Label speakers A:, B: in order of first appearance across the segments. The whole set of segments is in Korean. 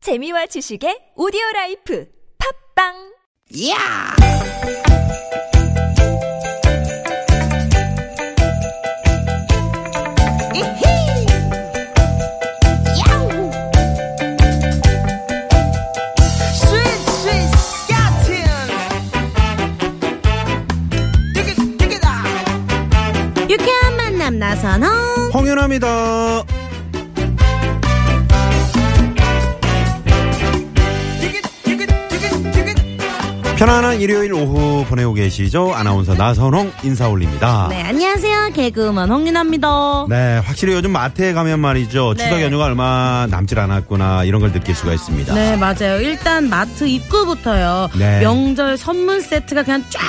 A: 재미와 지식의 오디오 라이프 팝빵!
B: 야! 이히! 야우! 스윗 스윗 야틴! 디귿 디귿아!
C: 유쾌한 만남 나선홍
D: 홍윤아입니다.
B: 디귿 디귿 디귿 디귿
D: 편안한 일요일 오후 보내고 계시죠? 아나운서 나선홍 인사 올립니다.
C: 네 안녕하세요 개그우먼 홍윤아입니다
D: 네, 확실히 요즘 마트에 가면 말이죠.
C: 네.
D: 추석 연휴가 얼마 남질 않았구나 이런 걸 느낄 수가 있습니다.
C: 네 맞아요 일단 마트 입구부터요
D: 네.
C: 명절 선물 세트가 그냥 쫙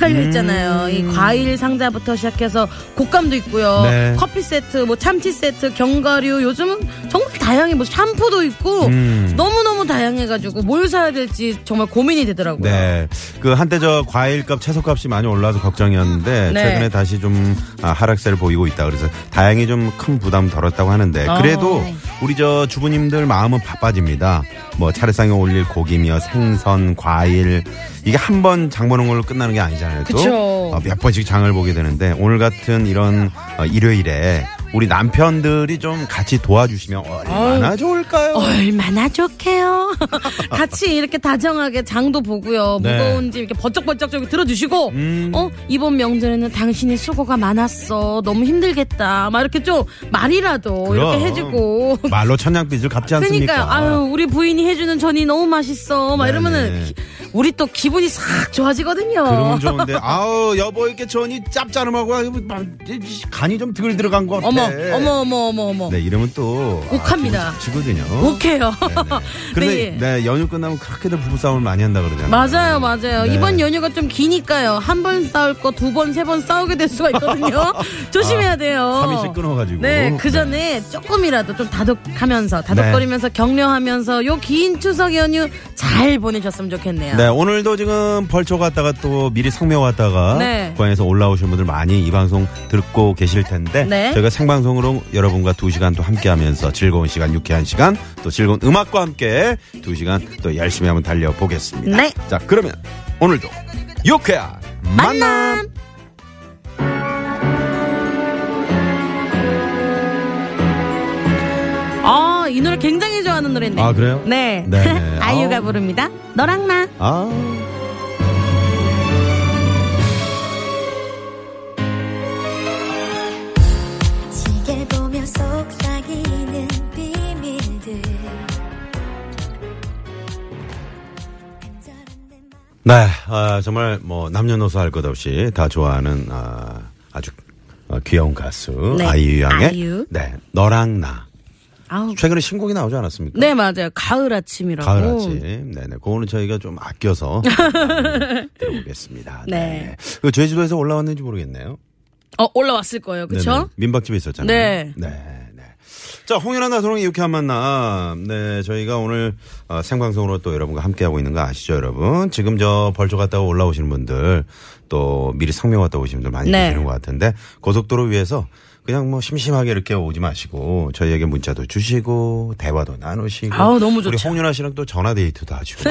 C: 깔려 있잖아요
D: 음.
C: 이 과일 상자부터 시작해서 곶감도 있고요
D: 네.
C: 커피 세트 뭐 참치 세트 견과류 요즘은 정말 다양해 뭐 샴푸도 있고
D: 음.
C: 너무너무 다양해가지고 뭘 사야 될지 정말 고민이 되더라고요
D: 네. 그 한때 저 과일값, 채소값이 많이 올라서 걱정이었는데
C: 네.
D: 최근에 다시 좀 아, 하락세를 보이고 있다. 그래서 다행히 좀 큰 부담 덜었다고 하는데 그래도
C: 네.
D: 우리 저 주부님들 마음은 바빠집니다. 뭐 차례상에 올릴 고기며 생선, 과일 이게 한 번 장 보는 걸로 끝나는 게 아니잖아요. 또.
C: 그쵸.
D: 어, 몇 번씩 장을 보게 되는데 오늘 같은 이런 어, 일요일에 우리 남편들이 좀 같이 도와주시면 얼마나 좋을까요?
C: 어. 얼마나 좋게요. 같이 이렇게 다정하게 장도 보고요.
D: 네. 음.
C: 무거운지 이렇게 버쩍버쩍 저기 들어주시고, 어, 이번 명절에는 당신이 수고가 많았어. 너무 힘들겠다. 막 이렇게 좀 말이라도
D: 그럼.
C: 이렇게 해주고.
D: 말로 천냥빚을 갚지 않습니까?
C: 그러니까요. 아유, 우리 부인이 해주는 전이 너무 맛있어. 막
D: 네네.
C: 이러면은 기- 우리 또 기분이 싹 좋아지거든요.
D: 그러면 좋은데 아우 여보 이렇게 전이 짭짤하고 아유, 막, 간이 좀 덜 들어간 것 같아.
C: 어머, 어머, 어머, 어머, 어머.
D: 네 이러면 또
C: 욱합니다.
D: 아, 지거든요.
C: 오케이요.
D: 그런데 네. 연휴 끝나면 그렇게들 부부싸움을 많이 한다 그러잖아요.
C: 맞아요, 맞아요.
D: 네.
C: 이번 연휴가 좀 기니까요. 한 번 싸울 거 두 번, 세 번 싸우게 될 수가 있거든요.
D: 아,
C: 조심해야 돼요.
D: 3일씩 끊어가지고. 네.
C: 네, 그 전에 조금이라도 좀 다독하면서, 다독거리면서 격려하면서 요 긴 추석 연휴 잘 보내셨으면 좋겠네요.
D: 네, 오늘도 지금 벌초 갔다가 또 미리 성묘 갔다가
C: 네.
D: 고향에서 올라오신 분들 많이 이 방송 듣고 계실 텐데
C: 네.
D: 저희가 생방송으로 여러분과 두 시간 또 함께하면서 즐거운 시간, 유쾌한 시간, 또 즐거운 음악과 함께 두 시간 또 열심히 한번 달려보겠습니다.
C: 네.
D: 자, 그러면 오늘도 유쾌한 만남.
C: 만남! 아, 이 노래 굉장히 좋아하는 노래인데.
D: 아, 그래요?
C: 네.
D: 네, 네.
C: 아이유가
D: 아우.
C: 부릅니다. 너랑 나.
D: 아.
E: 지게 보며 속삭이는 비밀들 간절한 내 마음
D: 네, 아, 정말 뭐 남녀노소 할 것 없이 다 좋아하는 아, 아주 어, 귀여운 가수
C: 네.
D: 아이유 양의
C: 아이유.
D: 네, 너랑 나.
C: 아우.
D: 최근에 신곡이 나오지 않았습니까?
C: 네, 맞아요. 가을 아침이라고.
D: 가을 아침. 네네. 그거는 저희가 좀 아껴서 들어보겠습니다.
C: 네.
D: 네네. 그 제주도에서 올라왔는지 모르겠네요.
C: 어, 올라왔을 거예요.
D: 네네.
C: 그쵸?
D: 민박집에 있었잖아요.
C: 네.
D: 네. 네. 자, 홍연아 나선홍의 유쾌한 만남. 네, 저희가 오늘 어, 생방송으로 또 여러분과 함께하고 있는 거 아시죠, 여러분? 지금 저 벌초 갔다가 올라오시는 분들 또 미리 성명 갔다 오신 분들 많이
C: 네.
D: 계시는 것 같은데 고속도로 위에서 그냥 뭐 심심하게 이렇게 오지 마시고 저희에게 문자도 주시고 대화도 나누시고
C: 아우, 너무
D: 우리
C: 좋죠.
D: 홍윤아 씨랑 또 전화 데이트도 하시고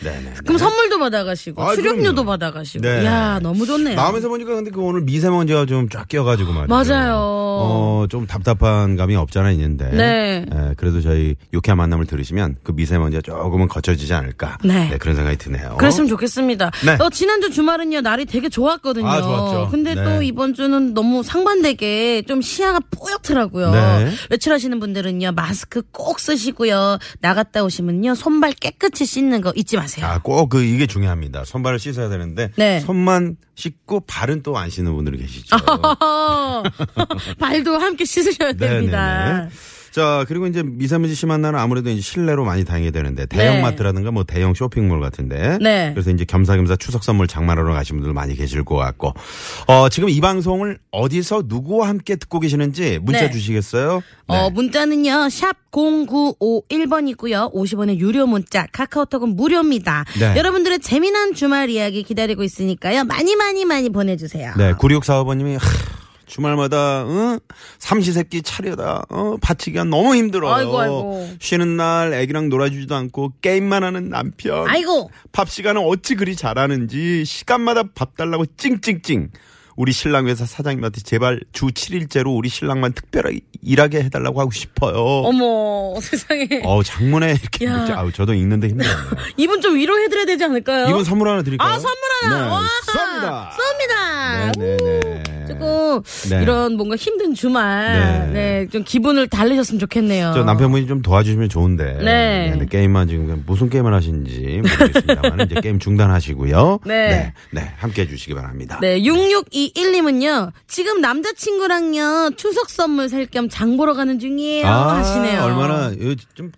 D: 네네
C: 그럼 선물도 받아가시고,
D: 아,
C: 출연료도
D: 그럼요.
C: 받아가시고.
D: 네.
C: 이야, 너무 좋네요.
D: 나오면서 보니까 근데 그 오늘 미세먼지가 좀 쫙 끼어가지고 말이죠.
C: 맞아요.
D: 어, 좀 답답한 감이 없잖아 있는데.
C: 네.
D: 예, 그래도 저희 유쾌한 만남을 들으시면 그 미세먼지가 조금은 거쳐지지 않을까.
C: 네.
D: 그런 생각이 드네요.
C: 그랬으면 좋겠습니다.
D: 어? 네.
C: 어, 지난주 주말은요, 날이 되게 좋았거든요.
D: 아, 좋았죠.
C: 근데
D: 네.
C: 또 이번 주는 너무 상반되게 좀 시야가 뿌옇더라고요.
D: 네.
C: 외출하시는 분들은요, 마스크 꼭 쓰시고요. 나갔다 오시면요, 손발 깨끗이 씻는 거 잊지 마세요.
D: 아, 꼭 그 이게 중요합니다. 손발을 씻어야 되는데
C: 네.
D: 손만 씻고 발은 또 안 씻는 분들이 계시죠.
C: 어, 발도 함께 씻으셔야 됩니다.
D: 네, 네네네. 자, 그리고 이제 미세먼지 심한 날은 아무래도 이제 실내로 많이 다니게 되는데 대형마트라든가 뭐 대형 쇼핑몰 같은데.
C: 네.
D: 그래서 이제 겸사겸사 추석 선물 장만하러 가신 분들 많이 계실 것 같고. 어, 지금 이 방송을 어디서 누구와 함께 듣고 계시는지 문자
C: 네.
D: 주시겠어요?
C: 어, 문자는요, 샵 0951번이고요. 50원의 유료 문자, 카카오톡은 무료입니다.
D: 네.
C: 여러분들의 재미난 주말 이야기 기다리고 있으니까요. 많이 많이 많이 보내주세요.
D: 네, 9645번님이 네, 주말마다 응? 삼시세끼 차려다 어, 바치기가 너무 힘들어요.
C: 아이고, 아이고.
D: 쉬는 날 애기랑 놀아주지도 않고 게임만 하는 남편.
C: 아이고
D: 밥 시간은 어찌 그리 잘하는지 시간마다 밥 달라고 찡찡찡. 우리 신랑 회사 사장님한테 제발 주 7일째로 우리 신랑만 특별하게 일하게 해달라고 하고 싶어요.
C: 어머 세상에
D: 어 장문에 이렇게
C: 야.
D: 문자. 아우 저도 읽는데 힘들어요.
C: 이분 좀 위로해드려야 되지 않을까요?
D: 이분 선물 하나 드릴까요?
C: 아 선물 하나
D: 네,
C: 와
D: 쏩니다.
C: 쏩니다
D: 네네네.
C: 조금
D: 네.
C: 이런 뭔가 힘든 주말
D: 네.
C: 네좀 기분을 달래셨으면 좋겠네요.
D: 저 남편분이 좀 도와주시면 좋은데.
C: 네.
D: 근데 게임만 지금 그냥 무슨 게임을 하시는지 모르겠습니다만 이제 게임 중단하시고요.
C: 네.
D: 네. 네, 함께 해주시기 바랍니다.
C: 네, 6621님은요, 지금 남자친구랑요, 추석 선물 살 겸 장 보러 가는 중이에요. 하시네요.
D: 아, 얼마나 이거 좀,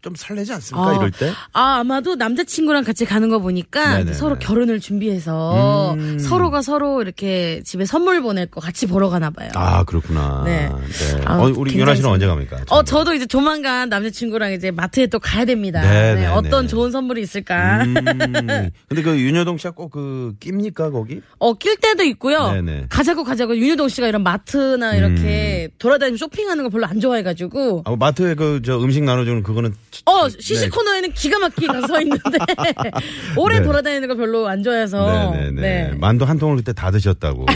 D: 좀 설레지 않습니까?
C: 아,
D: 이럴 때?
C: 아, 아마도 남자친구랑 같이 가는 거 보니까
D: 네네네. 음.
C: 서로 결혼을 준비해서 서로가 서로 이렇게 집에 선물 보낼 거 같이 보러 가나 봐요.
D: 아, 그렇구나.
C: 네.
D: 네.
C: 아,
D: 어, 우리 연하 씨는
C: 굉장히
D: 언제 갑니까?
C: 어, 저도 이제 조만간 남자친구랑 이제 마트에 또 가야 됩니다.
D: 네, 네,
C: 어떤
D: 네.
C: 좋은 선물이 있을까.
D: 음. 근데 그 윤여동 씨가 꼭 그 낍니까 거기?
C: 어, 낄 때도 있고요.
D: 네네.
C: 가자고 가자고 윤효동 씨가 이런 마트나
D: 음.
C: 이렇게 돌아다니면서 쇼핑하는 거 별로 안 좋아해가지고.
D: 아, 마트에 그 저 음식 나눠주는 그거는 치-
C: 어, 시시
D: 네.
C: 코너에는 기가 막히게 가서 서 있는데 오래
D: 네.
C: 돌아다니는 거 별로 안 좋아해서.
D: 어, 네네네. 만두 한 통을 그때 다 드셨다고.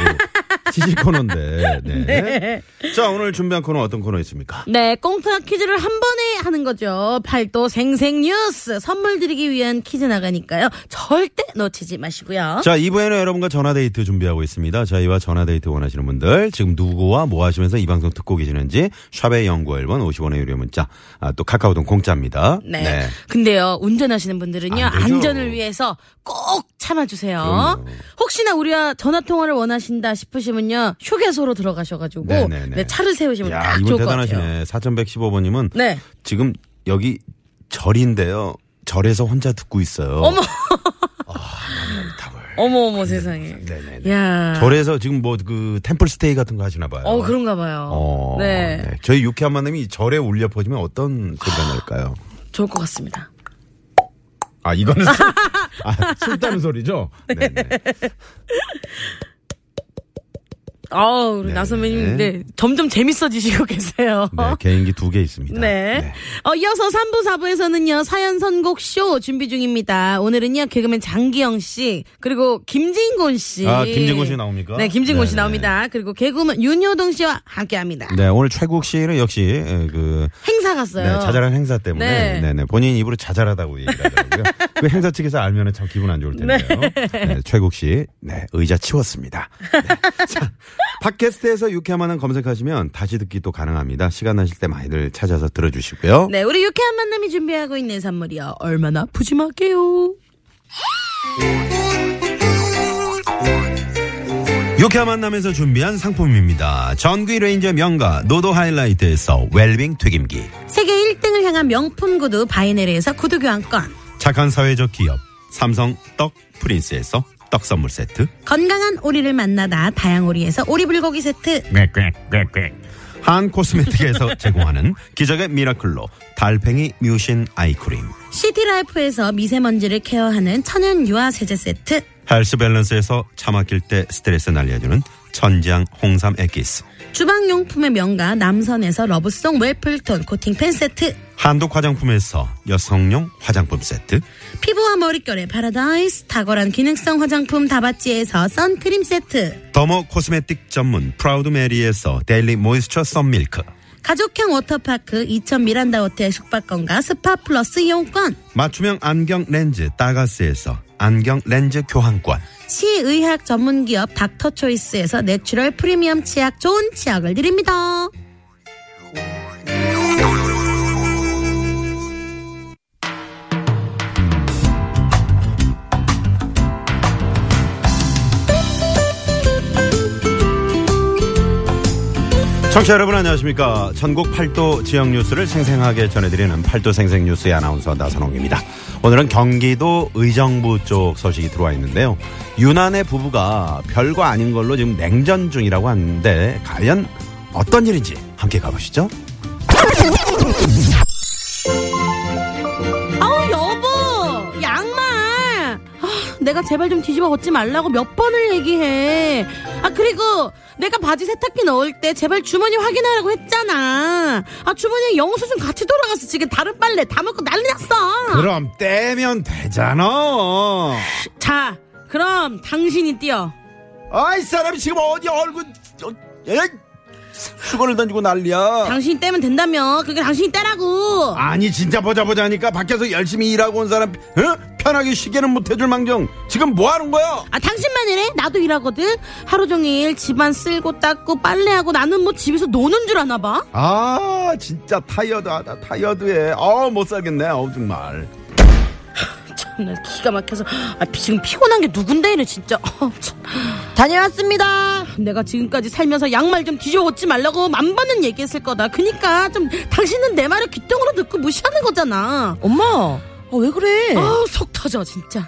D: 시식 코너인데. 네. 자, 오늘 준비한 코너 어떤 코너 있습니까?
C: 네, 꽁트 퀴즈를 한 번에 하는 거죠. 팔도 생생 뉴스 선물 드리기 위한 퀴즈 나가니까요. 절대 놓치지 마시고요.
D: 자, 2부에는 여러분과 전화데이트 준비하고 있습니다. 저희와 전화데이트 원하시는 분들, 지금 누구와 뭐 하시면서 이 방송 듣고 계시는지, 샵의 연구 1번 50원의 유료 문자, 아, 또 카카오톡 공짜입니다.
C: 네. 근데요, 운전하시는 분들은요,
D: 안 되죠.
C: 안전을 위해서 꼭 참아주세요.
D: 그럼요.
C: 혹시나 우리와 전화통화를 원하신다 싶으시면요, 휴게소로 들어가셔가지고,
D: 네네네.
C: 네, 차를 세우시면
D: 야,
C: 딱
D: 이분
C: 좋을 것 같아요.
D: 대단하시네. 4115번님은
C: 네.
D: 지금 여기 절인데요. 절에서 혼자 듣고 있어요. 어머.
C: 어머, 어머, 세상에.
D: 네네네.
C: 야
D: 절에서 지금 뭐 그 템플 스테이 같은 거 하시나 봐요.
C: 어, 그런가 봐요.
D: 어,
C: 네.
D: 네. 저희 유쾌한 만남이 절에 울려 퍼지면 어떤
C: 아.
D: 소리가 날까요?
C: 좋을 것 같습니다.
D: 아, 이거는 술, 아, 술 따는 소리죠? 네네.
C: 아우,
D: 네,
C: 나 선배님,
D: 네.
C: 네. 점점 재밌어지시고 계세요.
D: 네, 개인기 두 개 있습니다.
C: 네. 어, 이어서 3부, 4부에서는요, 사연 선곡쇼 준비 중입니다. 오늘은요, 개그맨 장기영 씨, 그리고 김진곤 씨.
D: 아, 김진곤 씨 나옵니까?
C: 네, 김진곤 씨
D: 네네.
C: 나옵니다. 그리고 개그맨 윤효동 씨와 함께 합니다.
D: 네, 오늘 최국 씨는 역시 에, 그
C: 행사 갔어요.
D: 네, 자잘한 행사 때문에
C: 네.
D: 네. 네 본인 입으로 자잘하다고 얘기를 하더라고요. 그 행사 측에서 알면은 참 기분 안 좋을 텐데요. 네, 최국 씨, 네, 의자 치웠습니다. 네. 자, 팟캐스트에서 유쾌만한 검색하시면 다시 듣기 도 가능합니다. 시간 나실 때 많이들 찾아서 들어주시고요.
C: 네, 우리 유쾌한 만남이 준비하고 있는 선물이요. 얼마나 푸짐할게요.
D: 유쾌한 만남에서 준비한 상품입니다. 전기 레인저 명가 노도 하이라이트에서 웰빙 튀김기.
C: 세계 1등을 향한 명품 구두 바이네르에서 구두 교환권.
D: 착한 사회적 기업 삼성 떡 프린스에서 떡 선물 세트.
C: 건강한 오리를 만나다 다양오리에서 오리불고기 세트.
D: 네. 한 코스메틱에서 제공하는 기적의 미라클로 달팽이 뮤신 아이크림.
C: 시티라이프에서 미세먼지를 케어하는 천연 유화 세제 세트.
D: 헬스 밸런스에서 차 막힐 때 스트레스 날려주는 천장 홍삼 액기스.
C: 주방용품의 명가 남선에서 러브송 웰플톤 코팅팬 세트
D: 한독 화장품에서 여성용 화장품 세트.
C: 피부와 머릿결의 파라다이스 탁월한 기능성 화장품 다바찌에서 선크림 세트
D: 더모 코스메틱 전문 프라우드 메리에서 데일리 모이스처 썬밀크.
C: 가족형 워터파크 이천 미란다 호텔 숙박권과 스파 플러스 이용권
D: 맞춤형 안경 렌즈 따가스에서 안경 렌즈 교환권.
C: 치의학 전문기업 닥터초이스에서 내추럴 프리미엄 치약 좋은 치약을 드립니다
D: 청취자 여러분 안녕하십니까 전국 팔도 지역 뉴스를 생생하게 전해드리는 팔도 생생 뉴스의 아나운서 나선홍입니다 오늘은 경기도 의정부 쪽 소식이 들어와 있는데요 유난의 부부가 별거 아닌 걸로 지금 냉전 중이라고 하는데 과연 어떤 일인지 함께 가보시죠
C: 아우 여보 양말 아, 내가 제발 좀 뒤집어 벗지 말라고 몇 번을 얘기해. 아, 그리고 내가 바지 세탁기 넣을 때 제발 주머니 확인하라고 했잖아. 아, 주머니에 영수증 같이 돌아가서 지금 다른 빨래 다 먹고 난리 났어.
D: 그럼 떼면 되잖아.
C: 자, 그럼 당신이 뛰어.
D: 아이 사람이 지금 어디 얼굴 저, 에? 수건을 던지고 난리야.
C: 당신이 떼면 된다며. 그게 당신이 떼라고.
D: 아니 진짜 보자 보자 하니까 밖에서 열심히 일하고 온 사람 어? 편하게 쉬게는 못 해줄 망정. 지금 뭐 하는 거야?
C: 아, 당신만 이래? 나도 일하거든? 하루 종일 집안 쓸고 닦고 빨래하고 나는 뭐 집에서 노는 줄 아나 봐?
D: 아 진짜 타이어드하다 타이어드해. 어못 살겠네. 어 정말.
C: 참나 네, 기가 막혀서 아, 피- 지금 피곤한 게 누군데 이래 진짜 어, 참. 다녀왔습니다 내가 지금까지 살면서 양말 좀 뒤집어 벗지 말라고 만 번은 얘기했을 거다 그니까 좀 당신은 내 말을 귀뚱으로 듣고 무시하는 거잖아
F: 엄마, 아, 왜 그래?
C: 아우 속 터져 진짜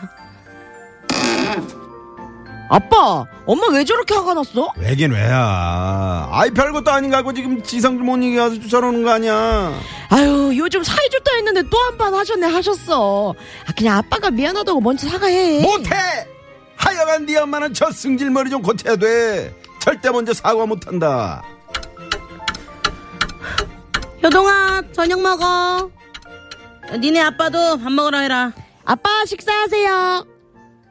F: 아빠, 엄마 왜 저렇게 화가 났어?
D: 왜긴 왜야. 아이 별것도 아닌가 하고 지금 지성질 못 이기 가서 쫓아오는 거 아니야.
F: 아유, 요즘 사이좋다 했는데 또 한 판 하셨네 하셨어. 아, 그냥 아빠가 미안하다고 먼저 사과해.
D: 못해. 하여간 네 엄마는 저 승질머리 좀 고쳐야 돼. 절대 먼저 사과 못한다.
C: 효동아 저녁 먹어 니네 아빠도 밥 먹으라 해라
F: 아빠 식사하세요.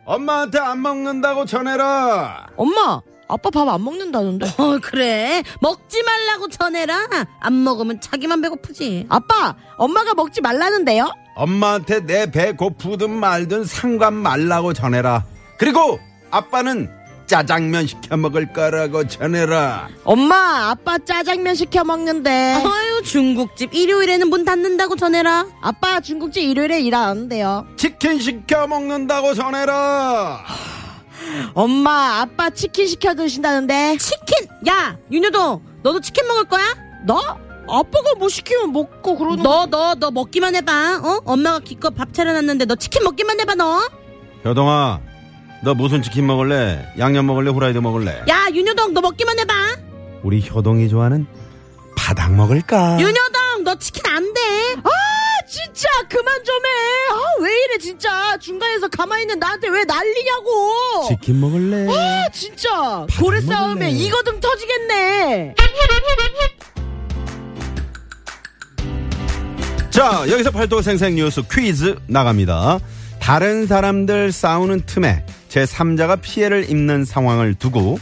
D: 엄마한테 안 먹는다고 전해라.
F: 엄마, 아빠 밥 안 먹는다는데.
C: 어 그래 먹지 말라고 전해라 안 먹으면 자기만 배고프지
F: 아빠, 엄마가 먹지 말라는데요?
D: 엄마한테 내 배 고프든 말든 상관 말라고 전해라. 그리고 아빠는 짜장면 시켜 먹을 거라고 전해라.
F: 엄마, 아빠 짜장면 시켜 먹는데.
C: 아유 중국집 일요일에는 문 닫는다고 전해라
F: 아빠 중국집 일요일에 일 안 한대요.
D: 치킨 시켜 먹는다고 전해라.
F: 엄마, 아빠 치킨 시켜 드신다는데.
C: 치킨! 야! 윤여동! 너도 치킨 먹을 거야?
F: 나? 아빠가 뭐 시키면 먹고 그러는
C: 너 너 너 먹기만 해봐 어? 엄마가 기껏 밥 차려놨는데 너 치킨 먹기만 해봐 너
D: 효동아, 너 무슨 치킨 먹을래? 양념 먹을래? 후라이드 먹을래?
C: 야 윤여동 너 먹기만 해봐
F: 어.
D: 우리 효동이 좋아하는 바닥 먹을까?
C: 윤여동 너 치킨 안돼
F: 아 진짜 그만 좀 해. 아 왜 이래 진짜 중간에서 가만히 있는 나한테 왜 난리냐고.
D: 치킨 먹을래?
F: 아 진짜 고래
D: 먹을래.
F: 싸움에 이거등 터지겠네.
D: 자, 여기서 팔도 생생 뉴스 퀴즈 나갑니다. 다른 사람들 싸우는 틈에 제3자가 피해를 입는 상황을 두고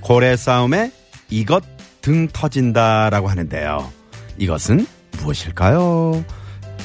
D: 고래 싸움에 이것 등 터진다라고 하는데요. 이것은 무엇일까요?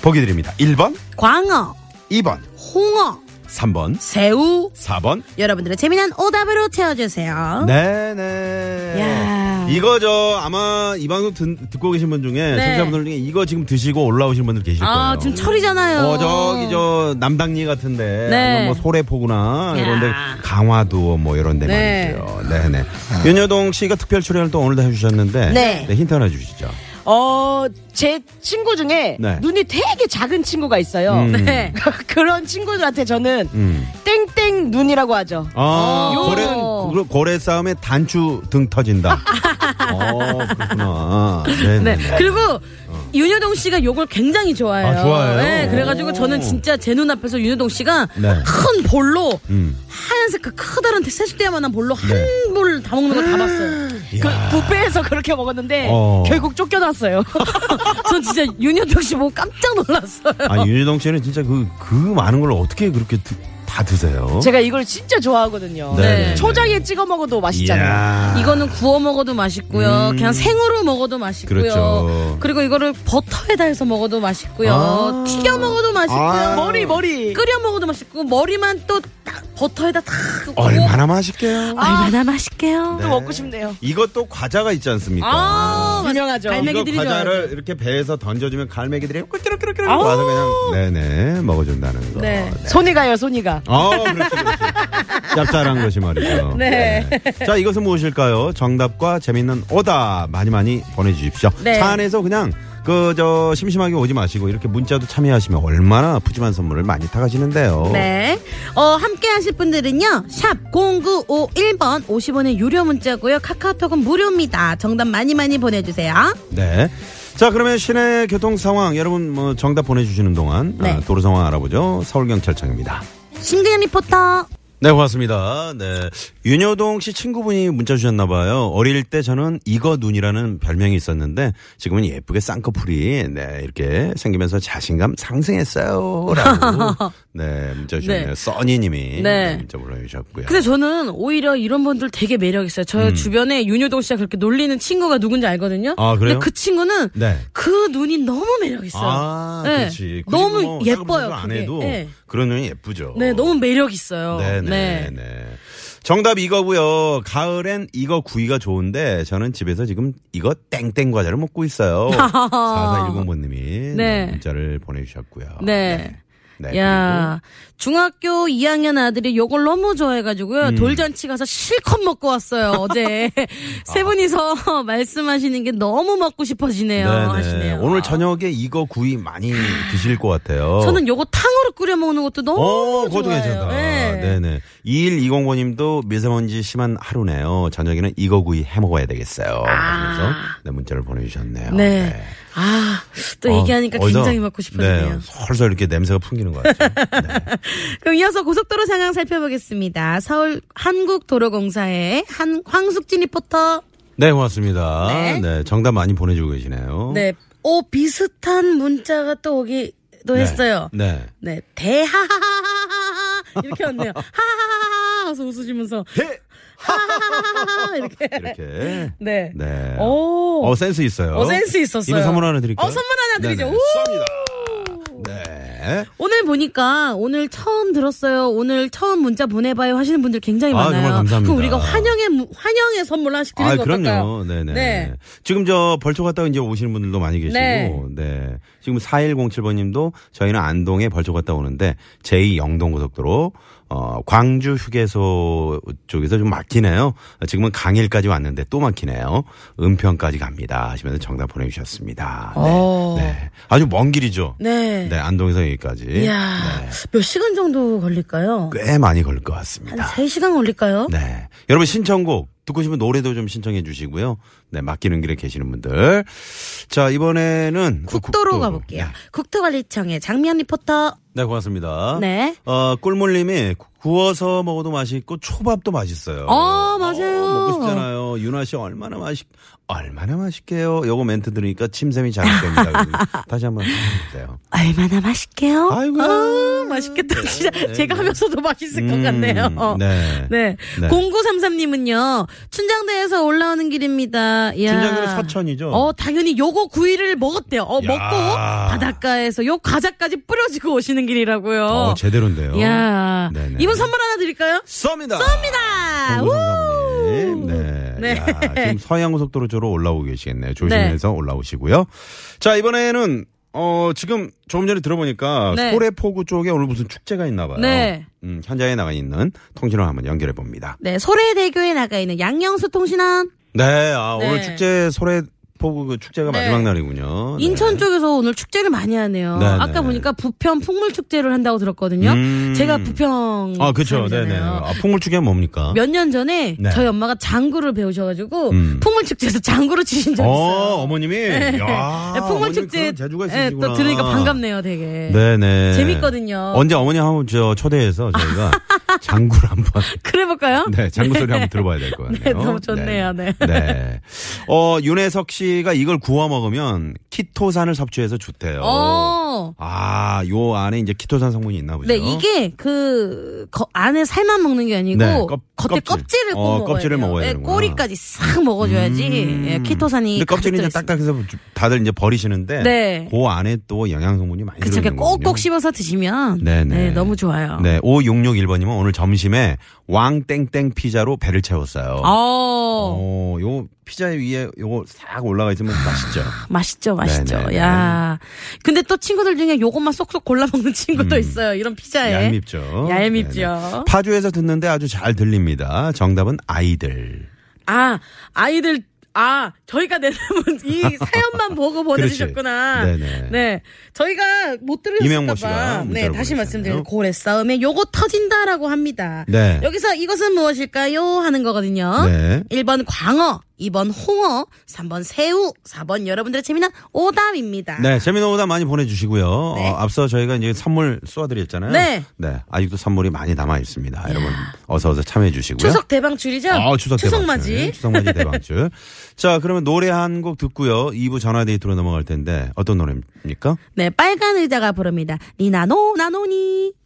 D: 보기 드립니다. 1번,
C: 광어
D: 2번,
C: 홍어
D: 3번,
C: 새우
D: 4번.
C: 여러분들의 재미난 오답으로 채워주세요
D: 네. 네네.
F: 야.
D: 이거 저 아마 이 방송 듣, 듣고 계신 분 중에
C: 네.
D: 청취자분들 중에 이거 지금 드시고 올라오신 분들 계실 거예요.
C: 아 지금 철이잖아요
D: 어, 저기 저 남당리 같은데
C: 네.
D: 아니면 뭐 소래포구나
C: 야.
D: 이런데 강화도 뭐 이런데
C: 네.
D: 말이죠. 네네. 윤여동 씨가 특별 출연을 또 오늘도 해주셨는데
F: 네.
D: 힌트 하나 주시죠.
F: 어 제 친구 중에
D: 네.
F: 눈이 되게 작은 친구가 있어요.
D: 음.
C: 네.
F: 그런 친구들한테 저는
D: 음.
F: 땡땡 눈이라고 하죠.
D: 아
F: 어. 요.
D: 고래 고래- 고래 싸움에 단추 등 터진다. 어 그렇구나. 네네.
C: 네. 그리고 윤여동 씨가 요걸 굉장히 좋아해요.
D: 아, 좋아해요?
C: 네. 그래가지고
D: 오.
C: 저는 진짜 제 눈앞에서 윤여동 씨가
D: 네.
C: 큰 볼로
D: 음.
C: 하얀색 그 크다란 세수대야만한 볼로
D: 네.
C: 한 볼 다 먹는 걸 다 봤어요.
F: 그 부페에서 그렇게 먹었는데
D: 어.
F: 결국 쫓겨났어요.
C: 전 진짜 윤여동 씨 보고 깜짝 놀랐어요.
D: 아 윤여동 씨는 진짜 그 그 많은 걸 어떻게 그렇게 드- 다 드세요?
F: 제가 이걸 진짜 좋아하거든요.
D: 네네.
F: 초장에 찍어 먹어도 맛있잖아요.
D: 이야.
C: 이거는 구워 먹어도 맛있고요. 그냥 생으로 먹어도 맛있고요.
D: 음. 그렇죠.
C: 리고 이거를 버터에다 해서 먹어도 맛있고요.
D: 아.
C: 튀겨 먹어도 맛있고요.
D: 아.
F: 머리 머리.
C: 끓여 먹어도 맛있고 머리만 또 딱 버터에다 탁 구워.
D: 얼마나 맛있게요?
F: 아.
C: 얼마나 맛있게요.
F: 또 먹고 싶네요.
D: 이것도 과자가 있지 않습니까?
C: 아,
F: 유명하죠.
D: 어, 이거
C: 갈매기들이 좋아요.
D: 과자를 이렇게 배에서 던져주면 갈매기들이 꿀끼룩끼룩끼룩 와서 그냥 네네 먹어준다는 거.
C: 네.
F: 손이 가요 손이 가.
D: 어, 그렇지, 그렇지. 짭짤한 것이 말이죠.
C: 네.
D: 자, 이것은 무엇일까요? 정답과 재밌는 오답 많이 많이 보내주십시오.
C: 네.
D: 차 안에서 그냥 그, 저, 심심하게 오지 마시고 이렇게 문자도 참여하시면 얼마나 푸짐한 선물을 많이 타가시는데요.
C: 네. 어, 함께 하실 분들은요. 샵 0951번 50원의 유료 문자고요. 카카오톡은 무료입니다. 정답 많이 많이 보내 주세요.
D: 네. 자, 그러면 시내 교통 상황 여러분 뭐 정답 보내주시는 동안
C: 네.
D: 아, 도로 상황 알아보죠. 서울경찰청입니다.
C: 신규현 리포터.
D: 네, 고맙습니다. 네. 윤여동 씨 친구분이 문자 주셨나봐요. 어릴 때 저는 이거 눈이라는 별명이 있었는데 지금은 예쁘게 쌍꺼풀이 네, 이렇게 생기면서 자신감 상승했어요. 라고. 네, 문자 주셨네요.
C: 네.
D: 써니님이
C: 네.
D: 네, 문자 보내주셨고요.
C: 근데 저는 오히려 이런 분들 되게 매력있어요. 저 주변에 윤효동 씨가 그렇게 놀리는 친구가 누군지 알거든요.
D: 음. 아, 그래요?
C: 근데 그 친구는
D: 네.
C: 그 눈이 너무 매력있어요.
D: 아,
C: 네.
D: 그렇지. 굳이
C: 너무
D: 뭐
C: 예뻐요.
D: 쌍꺼풀 안
C: 그게.
D: 해도
C: 네.
D: 그런 눈이 예쁘죠.
C: 네, 너무 매력있어요.
D: 네네. 네. 정답 이거고요. 가을엔 이거 구이가 좋은데 저는 집에서 지금 이거 땡땡 과자를 먹고 있어요. 4410번님이
C: 네.
D: 문자를 보내주셨고요.
C: 네.
D: 네. 야.
C: 야, 중학교 2학년 아들이 요걸 너무 좋아해가지고요.
D: 음.
C: 돌잔치 가서 실컷 먹고 왔어요, 어제. 세 분이서 말씀하시는 게 너무 먹고 싶어지네요.
D: 네네.
C: 하시네요. 아.
D: 오늘 저녁에 이거 구이 많이 드실 것 같아요.
C: 저는 요거 탕으로 끓여 먹는 것도 너무 좋아요.
D: 어, 그것도 괜찮다.
C: 네.
D: 네. 네 2120번님도 미세먼지 심한 하루네요. 저녁에는 이거 구이 해 먹어야 되겠어요. 하면서 네, 문자를 보내주셨네요.
C: 아. 네. 아, 또 얘기하니까
D: 어, 어디서-
C: 굉장히 먹고 싶어지네요.
D: 네, 솔솔 이렇게 냄새가 풍기는 것 같아요. 네.
C: 그럼 이어서 고속도로 상황 살펴보겠습니다. 서울 한국도로공사의 한, 황숙진 리포터.
D: 네, 고맙습니다.
C: 네.
D: 네. 정답 많이 보내주고 계시네요.
C: 네. 오, 비슷한 문자가 또 오기도
D: 네.
C: 했어요.
D: 네.
C: 네, 대하하하하하 이렇게 왔네요. 하하하하 하서 웃으시면서
D: 대-
C: 하하하하 이렇게.
D: 이렇게.
C: 네.
D: 네.
C: 오.
D: 어, 센스 있어요.
C: 어, 센스 있었어요.
D: 이분 선물 하나 드릴까요?
C: 어, 선물 하나 드리죠.
D: 네네,
C: 우!
D: 쏩니다. 네.
C: 오늘 보니까 오늘 처음 들었어요. 오늘 처음 문자 보내봐요 하시는 분들 굉장히
D: 아,
C: 많아요.
D: 정말 감사합니다.
C: 그럼 우리가 환영의 무- 환영의 선물 하나씩 드리는
D: 아,
C: 거 어떨까요?
D: 그럼요. 네네.
C: 네.
D: 지금 저 벌초 갔다가 이제 오시는 분들도 많이 계시고.
C: 네.
D: 네. 지금 4107번 님도 저희는 안동에 벌초 갔다 오는데 제2 영동고속도로 어, 광주 휴게소 쪽에서 좀 막히네요. 지금은 강일까지 왔는데 또 막히네요. 은평까지 갑니다. 하시면서 정답 보내주셨습니다.
C: 오.
D: 네. 네. 아주 먼 길이죠.
C: 어. 네.
D: 네. 안동에서 여기까지.
C: 이야,
D: 네.
C: 몇 시간 정도 걸릴까요?
D: 꽤 많이 걸릴 것 같습니다.
C: 한 3시간 걸릴까요?
D: 네. 여러분 신청곡 듣고 싶은 노래도 좀 신청해 주시고요. 네, 맡기는 길에 계시는 분들. 자, 이번에는
C: 국도로 가볼게요.
D: 네.
C: 국토관리청의 장미연 리포터.
D: 네, 고맙습니다.
C: 네.
D: 어, 꿀물 님이 구워서 먹어도 맛있고 초밥도 맛있어요.
C: 아, 맞아요.
D: 어, 먹고 싶잖아요. 윤아 씨 얼마나 맛있 얼마나 맛있게요. 요거 멘트 들으니까 침샘이 자극됩니다. 다시 한번 해 주세요.
C: 얼마나 맛있게요?
D: 아이고.
C: 아, 맛있겠다. 진짜
D: 네,
C: 제가
D: 네.
C: 하면서도 맛있을 것
D: 음,
C: 같네요.
D: 네.
C: 네.
D: 네.
C: 0933님은요, 춘장대에서 올라오는 길입니다. 이야.
D: 춘장대는 서천이죠?
C: 어, 당연히 요거 구이를 먹었대요. 어,
D: 야.
C: 먹고 바닷가에서 요 과자까지 뿌려지고 오시는 길이라고요.
D: 어, 제대로인데요.
C: 야
D: 네네.
C: 이분 선물 하나 드릴까요?
D: 쏩니다.
C: 쏩니다!
D: 공구삼사모님. 네.
C: 네.
D: 야, 지금 서해안고속도로 쪽으로 올라오고 계시겠네요. 조심해서 올라오시고요. 자, 이번에는 어, 지금 조금 전에 들어보니까
C: 네.
D: 소래포구 쪽에 오늘 무슨 축제가 있나 봐요.
C: 네.
D: 음, 현장에 나가 있는 통신원 한번 연결해 봅니다.
C: 네, 소래대교에 나가 있는 양영수 통신원.
D: 네. 아,
C: 네.
D: 오늘 축제 소래포구 그 축제가
C: 네.
D: 마지막 날이군요. 네.
C: 인천 쪽에서 오늘 축제를 많이 하네요.
D: 네,
C: 아까
D: 네.
C: 보니까 부평 풍물 축제를 한다고 들었거든요.
D: 음.
C: 제가 부평
D: 아, 그렇죠. 네, 네.
C: 사람이잖아요.
D: 아, 풍물축제가 뭡니까?
C: 몇 년 전에
D: 네.
C: 저희 엄마가 장구를 배우셔가지고
D: 음.
C: 풍물 축제에서 장구를 치신 적
D: 어,
C: 있어요.
D: 어머님이 야.
C: 네, 풍물
D: 어머님
C: 축제
D: 그런 재주가
C: 예,
D: 있으시구나.
C: 또 들으니까 반갑네요, 되게.
D: 네네.
C: 재밌거든요.
D: 언제 어머니 한번 저 초대해서 저희가 장구를 한번
C: 그래 볼까요?
D: 네 장구 소리 한번 들어봐야 될 것 같네요.
C: 어, 네, 너무 좋네요, 네.
D: 네. 어 윤혜석 씨가 이걸 구워 먹으면 키토산을 섭취해서 좋대요.
C: 어.
D: 아, 요 안에 이제 키토산 성분이 있나 보죠.
C: 네, 이게 그 거- 안에 살만 먹는 게 아니고
D: 네, 껍-
C: 겉에
D: 껍질.
C: 껍질. 을
D: 어,
C: 꼭 먹어야
D: 껍질을
C: 돼요.
D: 먹어야
C: 네,
D: 되는구나. 음.
C: 꼬리까지 싹 먹어줘야지 예, 키토산이.
D: 근데 껍질이
C: 가득
D: 이제
C: 들어있습니다.
D: 딱딱해서 다들 이제 버리시는데
C: 네.
D: 그 안에 또 영양 성분이 많이
C: 그쵸,
D: 들어
C: 이렇게
D: 있는 거예요.
C: 꼭꼭 씹어서 드시면 네
D: 네네.
C: 너무 좋아요.
D: 네, 5661번님은 오늘 점심에 왕땡땡 피자로 배를 채웠어요.
C: 어,
D: 어, 요 피자 위에 요거 싹 올라가 있으면 맛있죠.
C: 맛있죠, 맛있죠.
D: 네네네.
C: 야, 근데 또 친구들 중에 요것만 쏙쏙 골라 먹는 친구도
D: 음.
C: 있어요. 이런 피자에
D: 얄밉죠.
C: 네. 얄밉죠.
D: 네네. 파주에서 듣는데 아주 잘 들립니다. 정답은 아이들.
C: 아 아이들 아 저희가 내는 문- 이 사연만 보고 보내주셨구나.
D: 그렇지. 네네.
C: 네, 저희가 못
D: 이명모 씨가
C: 들으셨을까봐.
D: 문자로
C: 네, 다시
D: 보내주셨네요.
C: 말씀드리면 고래 싸움에 요거 터진다 한다라고 합니다.
D: 네.
C: 여기서 이것은 무엇일까요? 하는 거거든요.
D: 네.
C: 1번 광어, 2번 홍어, 3번 새우, 4번 여러분들의 재미난 오답입니다.
D: 네, 재미난 오답 많이 보내주시고요.
C: 아. 네.
D: 어, 앞서 저희가 이제 선물 쏘아드렸잖아요.
C: 네.
D: 아직도 선물이 많이 남아있습니다. 여러분, 어서어서 참여해주시고요.
C: 추석 대방출이죠?
D: 아, 추석 대방출.
C: 맞이.
D: 추석맞이 대방출. 자, 그러면 노래 한 곡 듣고요. 2부 전화데이트로 넘어갈 텐데 어떤 노래입니까?
C: 네, 빨간 의자가 부릅니다. 니나노 나노니.
E: 네